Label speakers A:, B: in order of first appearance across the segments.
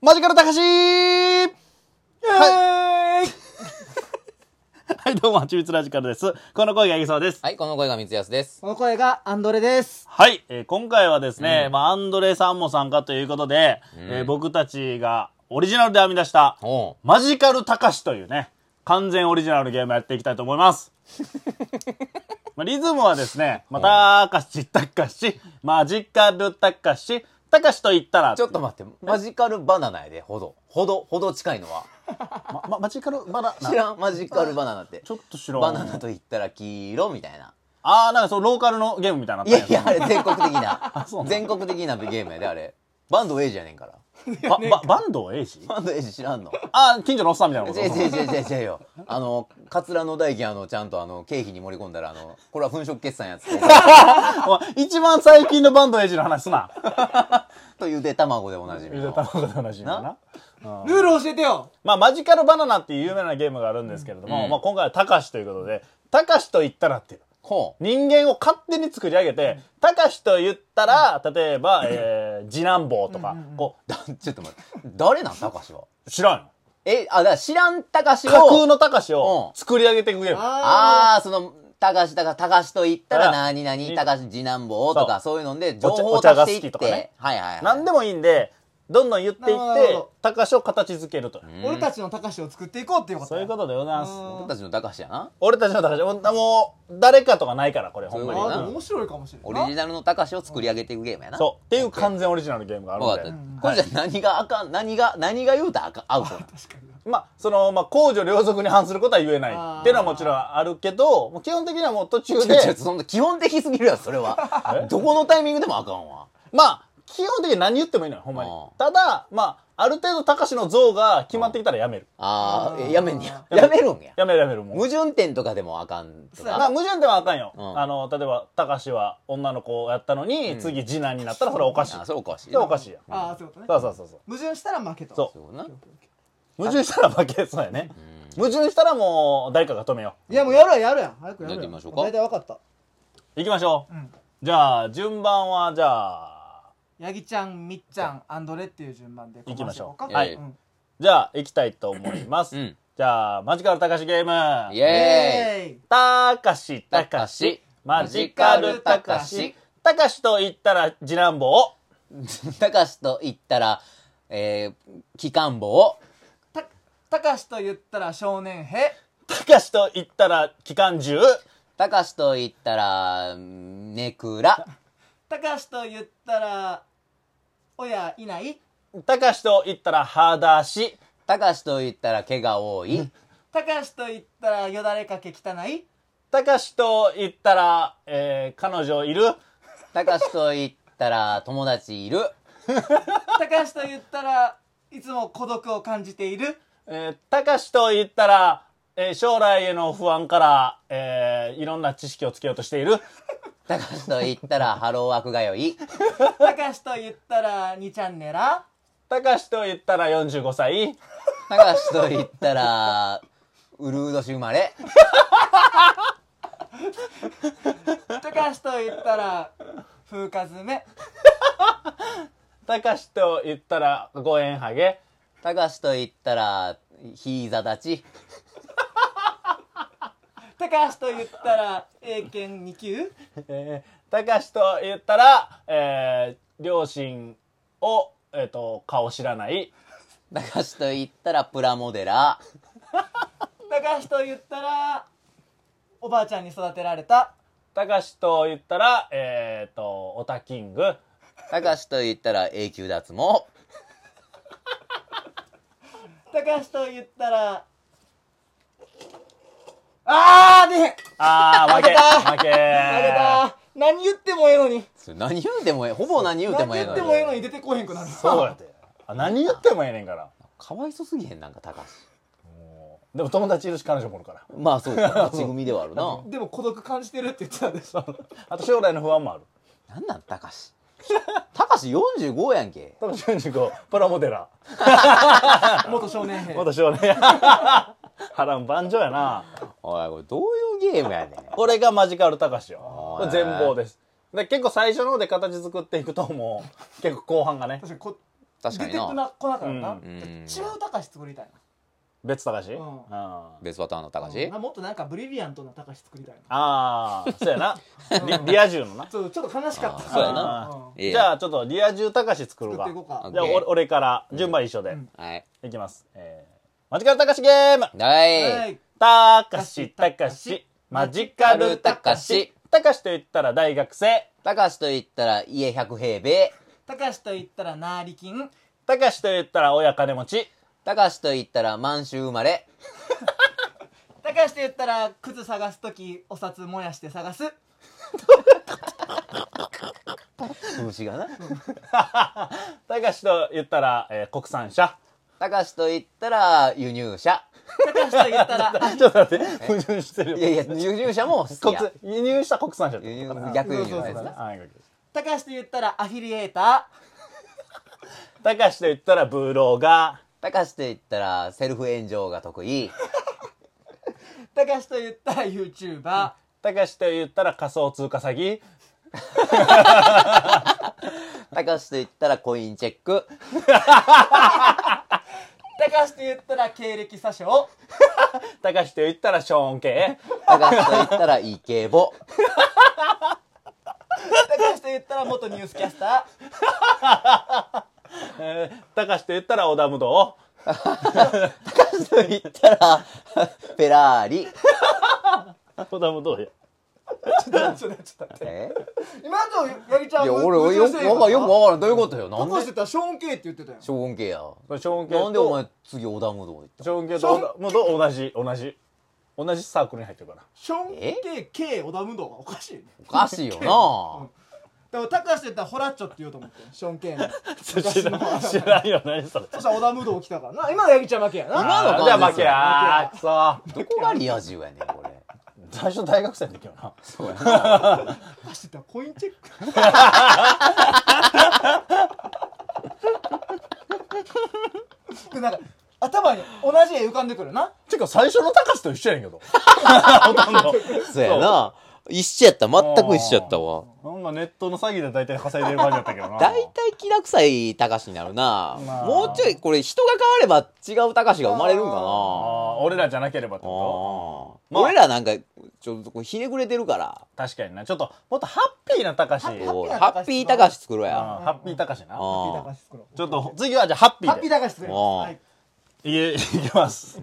A: マジカル高しはいはい、どうも、はちみつラジカルです。この声がいそうです。
B: はい、この声が三つやすです。
C: この声がアンドレです。
A: はい、えー今回はですね、まあ、アンドレさんも参加ということで、えー僕たちがオリジナルで編み出した、
B: おう
A: マジカル高しというね、完全オリジナルのゲームをやっていきたいと思 います。まあ、リズムはですね、まあ、たかし、たかし、マジカルたかし、たかしと言ったら、
B: ちょっと待って、マジカルバナナやで、ほど。ほど、ほど近いのは。
A: ま、まマジカルバナナ
B: 知。らん、マジカルバナナって
A: ち。ょっと知らん。
B: バナナと言ったら黄色みたいな。
A: ああ、なんかそのローカルのゲームみたいになっ
B: い
A: た
B: や
A: ん
B: いや、 あれ全国的な
A: そうな。の
B: 全国的なゲームやで、あれ。バンドエイジやねんから。
A: ばばバンドエイジ
B: バンドエイジ知らんの。
A: ああ、近所のおっさんみたいなこ
B: 違う違う
A: と。
B: 違う違う違うよ。あの、カツラの代金、あの、ちゃんとあの、経費に盛り込んだら、あの、これは粉飾決算やつって。
A: お前一番最近のバンドエイジの話す な。
B: というで卵でおなじみ
A: ゆで
B: の。
A: 卵の話になるな。
C: ルール教えてよ
A: まあ、マジカルバナナっていう有名なゲームがあるんですけれども、まあ、今回はタカシということで、タカシと言ったらっていう。
B: ほう。
A: 人間を勝手に作り上げて、タカシと言ったら、例えば、えー、次男坊とか、こ
B: だちょっと待って。誰なん、たかしは。
A: う、知らんよ。
B: え、あ、だから知らんたかしを。
A: 架空のタカシを
B: うん
A: 作り上げていくゲーム。
C: あ
B: ああ、その、たかし、たか、たかしと言ったら
A: あ
B: 何々、たかし、次男坊とか、そういうので、情報
A: お
B: を
A: 茶
B: 出
A: お茶が
B: してい
A: 好き
B: っ
A: とかね
B: て、はいはいはい。
A: 何でもいいんで、どんどん言っていっ
C: なるほどなる
A: て
C: ほど、
A: タカシを形づけると。
C: ー俺たちの高しを作っていこうっていうこと
A: そういうこととでございます。
B: 僕たちのたかしやな。
A: 俺たちの高橋、ほんもう、誰かとかないから、これ、ほん
B: そ
A: ま
B: ういうこ
C: あ
B: と
C: あ
A: に。
C: でも面白いかもしれ
B: オ
C: な
B: リ
C: い
B: ジ
C: な
B: ナルのたかしを作り上げていくゲームやな。
A: そう。っていう完全オリジナルのゲームがあ
B: わかっ
A: る
B: た
A: んで。。
B: これじゃ何があかん、何が、何が言うたら あかん、アウト。
C: 確かに
A: まあ、その、まあ、公序良俗に反することは言えない
C: あー
A: っていうのはもちろんあるけど、もう基本的にはもう途中
B: ちょちょ
A: で、
B: そんな基本的すぎるやんそれは。どこのタイミングでもあかんわ。
A: まあ、基本的に何言ってもいいのよ、ほんまに
B: あー。
A: ただ、まあ、ある程度高橋の像が決まってきたらやめる。
B: あ
C: あ
B: あ、
C: ー
B: えやめんねや。やめるんや。
A: やめるやめる、もう。
B: 矛盾点とかでもあかんと
C: そうや
A: ま
B: か。
A: あ、矛盾ではあかんよ。
B: うん
A: あの、例えば、高橋は女の子をやったのに、次次男になったらそれはおかしい。
B: あそうかしい
A: それはおかしいやん。
C: ああそういうことね
A: そうそうそうそう。
C: 矛盾したら負けと
A: そ
B: そうな。
A: 矛盾したら負け、そうやね。矛盾したらもう、誰かが止めよ
C: いやもうやるややるやん早くやる
B: やってみ
C: や
B: ましょうか
C: 大体わかった
A: う。行きましょう。
C: うん
A: じゃあ、順番は、じゃあ、
C: ヤギちゃんみっちゃんアンドレっていう順番で
A: 行きましょう
C: ここ
B: は
C: はいいん
A: じゃあ、行きたいと思います。
B: うん
A: じゃあ、マジカルたかしゲーム。
B: イ
C: イ
B: エーイ。
C: エーイ
A: たかし、た
B: た
A: か
B: か
A: し
B: し、
A: マジカルたかし、たかしと言ったら次男坊。
B: たかしと言ったら、えー、機関棒。
C: たたかしと言ったら少年兵
A: たかしと言ったら機関銃。
B: たかしと言ったら、ネクラ。
C: たかしと言ったら親いない
A: たかしと言ったら裸足。
B: たかしと言ったら毛が多い。
C: たかしと言ったらよだれかけ汚い
A: たかしと言ったら、えー、彼女いる。
B: たかしと言ったら友達いる。
C: たかしと言ったらいつも孤独を感じている
A: えー、たかしと言ったら、えー将来への不安から、えー、いろんな知識をつけようとしている。
B: たかしと言ったらハローワクがよい。
C: たかしと言ったら2チャンネラ
A: たかしと言ったら45歳。
B: たかしと言ったら、ウルウ年生まれ。
C: たかしと言ったら風化詰め
A: たかしと言ったら五円ハゲ。
B: たかしと言ったら、ひいざ立ち。
C: たかしと言ったら英検2級
A: えーたかしと言ったら、えー両親を、えっ、と、顔知らない。
B: たかしと言ったらプラモデラー。
C: たかしと言ったらおばあちゃんに育てられた
A: たかしと言ったら、えっ、と、オタキング。
B: たかしと言ったら永久脱毛。
C: たかしと言ったらあーで負
A: あ ー、負け。負け。
C: けた何言ってもええのに
B: それ何言うてもええほぼ何言うて
C: 何
B: もええの
C: 言
B: に
C: ってもええのに出てこへんくなる
A: そうやって。あ何言ってもええねんから。
B: かわいそすぎへんなんか高橋
A: でも友達いるし彼女もおるから。
B: まあそう だ勝ち組ではあるな
C: でも孤独感じてるって言ってたでしょ
A: あと将来の不安もある。
B: なんなん高橋高橋45やんけ
A: ただ45、プラモデラー。
C: 元少年兵
A: 元少年。波乱万丈やな。
B: おいこれどういうゲームやねん
A: これがマジカルたかし
B: ー
A: よこれ全貌ですで結構最初の方で形作っていくともう結構後半がね
C: 確かにこ
B: 確かに
C: 出てこ
B: な
C: な来なかったな、
A: うん
C: 違う高し作りたい
A: 別高し、
C: うん
A: あ
B: 別パターンの
C: な
B: 高し
C: なもっとなんかブリリアントな高し作りたい
A: あーそうやな
C: なうん
A: リア充のな
C: そうちょっと悲しかった
B: そうや
A: な
C: うん
B: ええ
A: じゃあちょっとリア充高し作ろうか
C: 作っていこうか
B: あ
A: じゃあ
B: OK
A: 俺俺から順番一緒で、
C: うん
B: はい
A: いきます、えー、マジカル高しゲーム
B: は
C: はいい
A: たかしたかしマジカルたかしたかしと言ったら大学生
B: 高しと言ったら家100平米
C: 高しと言ったら成金
A: たかしと言ったら親金持ち
B: 高しと言ったら満州生まれ
C: 高しと言ったら靴探す時お札燃やして探す
B: 虫がな
A: たかしと言ったら、えー国産車
B: 高しと言ったら輸入車
C: 高しと言ったら
A: ちょっと待って矛盾してる
B: いやいや輸入車も好
A: 国
B: きや
A: 輸入した国産車って
B: 輸
A: こと
B: 入
A: かな
B: 逆輸入のやつ
C: そうそう
B: な
A: はい
C: 高しと言ったらアフィリエータ
A: たかしと言ったらブロガ
B: 高しと言ったらセルフ炎上が得意
C: ー高しと言ったら YouTuber
A: ーたかしと言ったら仮想通貨詐欺
B: 高しと言ったらコインチェック
C: 高しと言ったら経歴詐称
A: たかしと言ったらショーン系
B: 高しと言ったらイケボ
C: 高しと言ったら元ニュースキャスタ ー
A: えーたかしと言ったら織田武道
B: 高しと言ったら フェラーリ
A: 織田武道や
C: ちょっと待ってちょっと待って
B: え
C: 今のとやりちゃん
B: いや俺俺よくわかんよくわからんどういうことよなん
C: 高し
B: で
C: と言ったらショーン・ケイって言ってたよ
B: ショーン系や
A: それショーン系と
B: なんでお前次織田無道行った
A: ショーン系と織田武道同じ同じ同じサークルに入ってるから
C: ショーン・ケイ K 織田無道はおかしいね
B: おかしいよな
C: でも高しと言ったらホラッチョって言おうと思ってショーン・ケイの
A: 知らん知らんよ何それ
C: そしたら織田無道来たからな今のやりちゃん負けやな
B: 今の
A: じゃあ
B: 感
A: 負
B: じで
A: け
B: すよ
A: やーくそー
B: どこがリア充やねんこれ
A: 最初大学生の時よな
B: そうやな
C: 高しと言ったらコインチェックでなんか頭に同じ絵浮かんでくるな
A: てか最初の高橋と一緒やんけどほとんど
B: そうやな一緒やった全く一緒やったわ
A: なんかネットの詐欺で大体稼いでる感じだったけどな
B: 大体気楽さい高しになるな、
A: まあ
B: もうちょいこれ人が変われば違う高しが生まれるんかな
A: ああ俺らじゃなければってこ
B: あー
A: まあ
B: 俺らなんかちょっとこうひねくれてるから
A: と確かになちょっともっとハッピーな高橋うん
B: こう
C: ハ
B: ハ
C: ッ
B: ッ
C: ピ
B: ピ
C: ー
B: ー
C: 高
B: 高し
C: し
B: 作ろうや
A: ハッピー高橋な
B: あ
A: ち
B: ー
C: ハッピー高し作ろう
A: ょっと次はじゃあハッピ
C: ハッピ
A: ー
C: ー高し作ろう
B: あー
C: はい
A: でいえいきます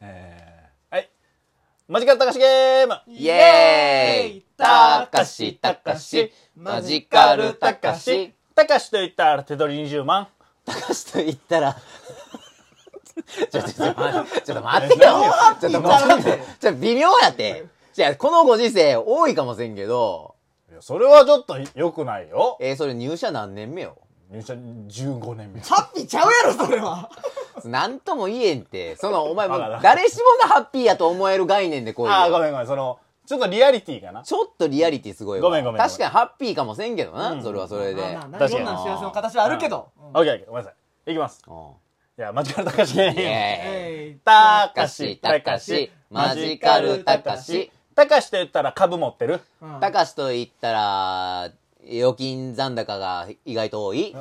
A: えーはいマジカル高橋ゲーム
B: イエーイたかしたかしマジカルたかし
A: 高橋と言ったら手取り20万
B: 高しと言った らちょちょちょ待ってちょっと待ってよちょっと待ってちょっと微妙やってじゃあこのご時世多いかもしれんけど
A: いやそれはちょっと良くないよ
B: えーそれ入社何年目よ
A: 入社15年目
C: ハッピーちゃうやろそれは
B: なんとも言えんってそのお前もう
A: バカだ
B: 誰しもがハッピーやと思える概念でこう
A: ああご
B: いう
A: めんごめんそのちょっとリアリティかな
B: ちょっとリアリティすごいわ
A: ごめんごめんごめん
B: 確かにハッピーかもせんけどな、
A: うん
B: それはそれで、
C: まあまあな
A: 確か
C: いろ
A: に
C: んな幸せの形はあるけど
A: オッケーオッケーごめんなさいいきます
B: うん
A: いや間違えたかし
B: イエーイ
C: えい
A: た
B: かしたかしマジカルたかした
A: かしと言ったら株持ってる
C: うん
B: たかしと言ったら預金残高が意外と多い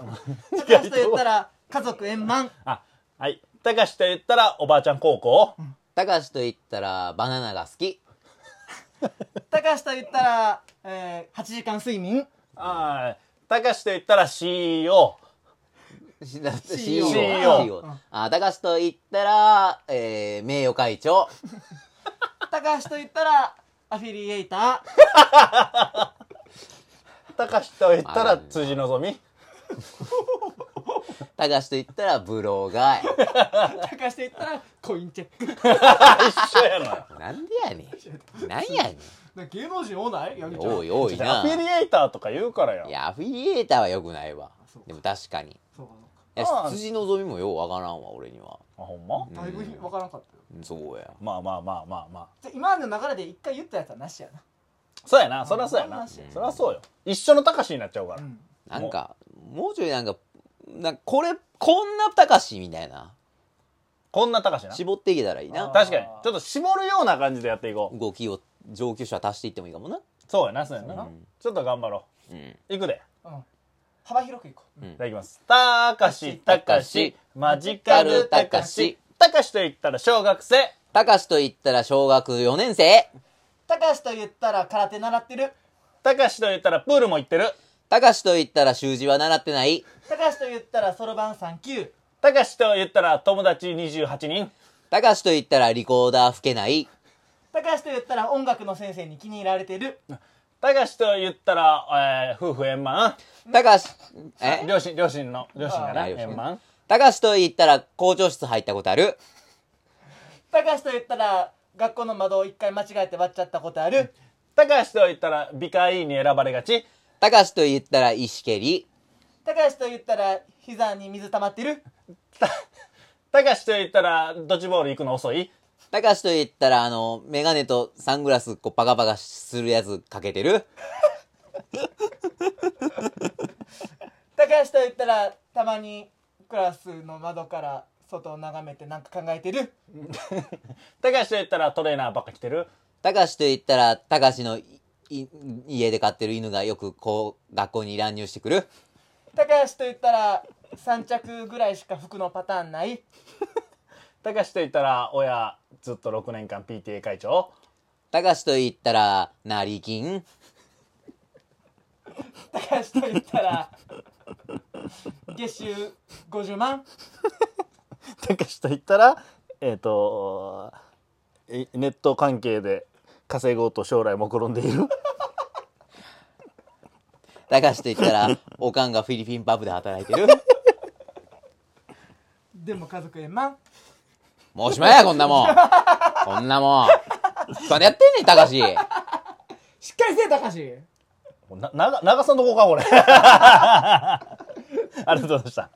C: 高しと言ったら家族円満
A: あはいたかしと言ったらおばあちゃん高校
B: たかしと言ったらバナナが好き
C: 高しと言ったら、えー、8時間睡眠
A: ああたかしと言ったら CEO
B: しだ
C: CEO
A: CEO
B: あたかしと言ったら、えー名誉会長
C: 高しと言ったらアフィリエイタ
A: たかしと言ったら辻希美
B: たかしと言ったらブロガー
C: ー高しと言ったらコインチェック
A: 一緒 やな
B: やなんでやねんなんやねん
C: なんか芸能人多ないやりちゃん
B: 多い多い
A: ア
B: な
A: フィリエイターとか言うからや
B: いやアフィリエーターはよくないわ
C: そうか
B: でも確かにい
C: そうか
B: や
A: ああ
B: 辻望みもようわからんわ俺には
A: あほんま
C: そうかだいぶひわからんかったよ
B: そうや
A: まあまあまあまあまあ
C: じゃあ今の流れで一回言ったやつはなしやな
A: そうやなそりゃそうや
C: う
A: なんそりゃそうよ一緒のたかしになっちゃうから
C: うん
B: なんかもうちょいなんかなんかこれこんなたかしみたいな
A: こんなたかしな
B: 絞っていけたらいい
C: あ
B: な
C: ー
A: 確かにちょっと絞るような感じでやっていこう
B: 動きを上級者足していってもいいかもな
A: そうやなそうやな、ちょっと頑張ろ
B: うん
A: ういくで
C: うん幅広くいこう
A: いただきます。たかし、たかし、マジカルたかし。たかしと言ったら小学生。
B: たかしと言ったら小学4年生。
C: たかしと言ったら空手習ってる
A: たかしと言ったらプールも行ってる。
B: たかしと言ったら習字は習ってない。
C: たかしと言ったらそろばん3級
A: たかしと言ったら友達28人。
B: たかしと言ったらリコーダー吹けない。
C: たかしと言ったら音楽の先生に気に入られてる
A: たかしと言ったら、えー夫婦円満。
B: たかし、え
A: 両親、両親の、両親かな
B: あー両親
A: 円満。
B: たかしと言ったら校長室入ったことある。
C: たかしと言ったら学校の窓を一回間違えて割っちゃったことある
A: たかしと言ったら美化委員に選ばれがち。
B: たかしと言ったら石蹴り。
C: たかしと言ったら膝に水溜まってる
A: たかしと言ったらドッジボール行くの遅い。
B: たかしと言ったらあの、メガネとサングラスこうパカパカするやつかけてる。
C: たかしと言ったらたまにクラスの窓から外を眺めてなんか考えてる
A: たかしと言ったらトレーナーばっか来てる。
B: たかしと言ったらたかしのいい家で飼ってる犬がよくこう学校に乱入してくる。
C: たかしと言ったら3着ぐらいしか服のパターンない
A: たかしと言ったら親ずっと6年間 PTA 会長。
B: たかしと言ったら成金。
C: たかしと言ったら月収50万
A: たかしと言ったら、えっ、と、いネット関係で稼ごうと将来もくろんでいる。
B: たかしと言ったらおかんがフィリピンパブで働いてる。
C: でも家族円満
B: もうおしまいやこんなもん。こんなもん。それやってんねんたかし。
C: しっかりせえたかし
A: な長長さんどこかこれありがとうございました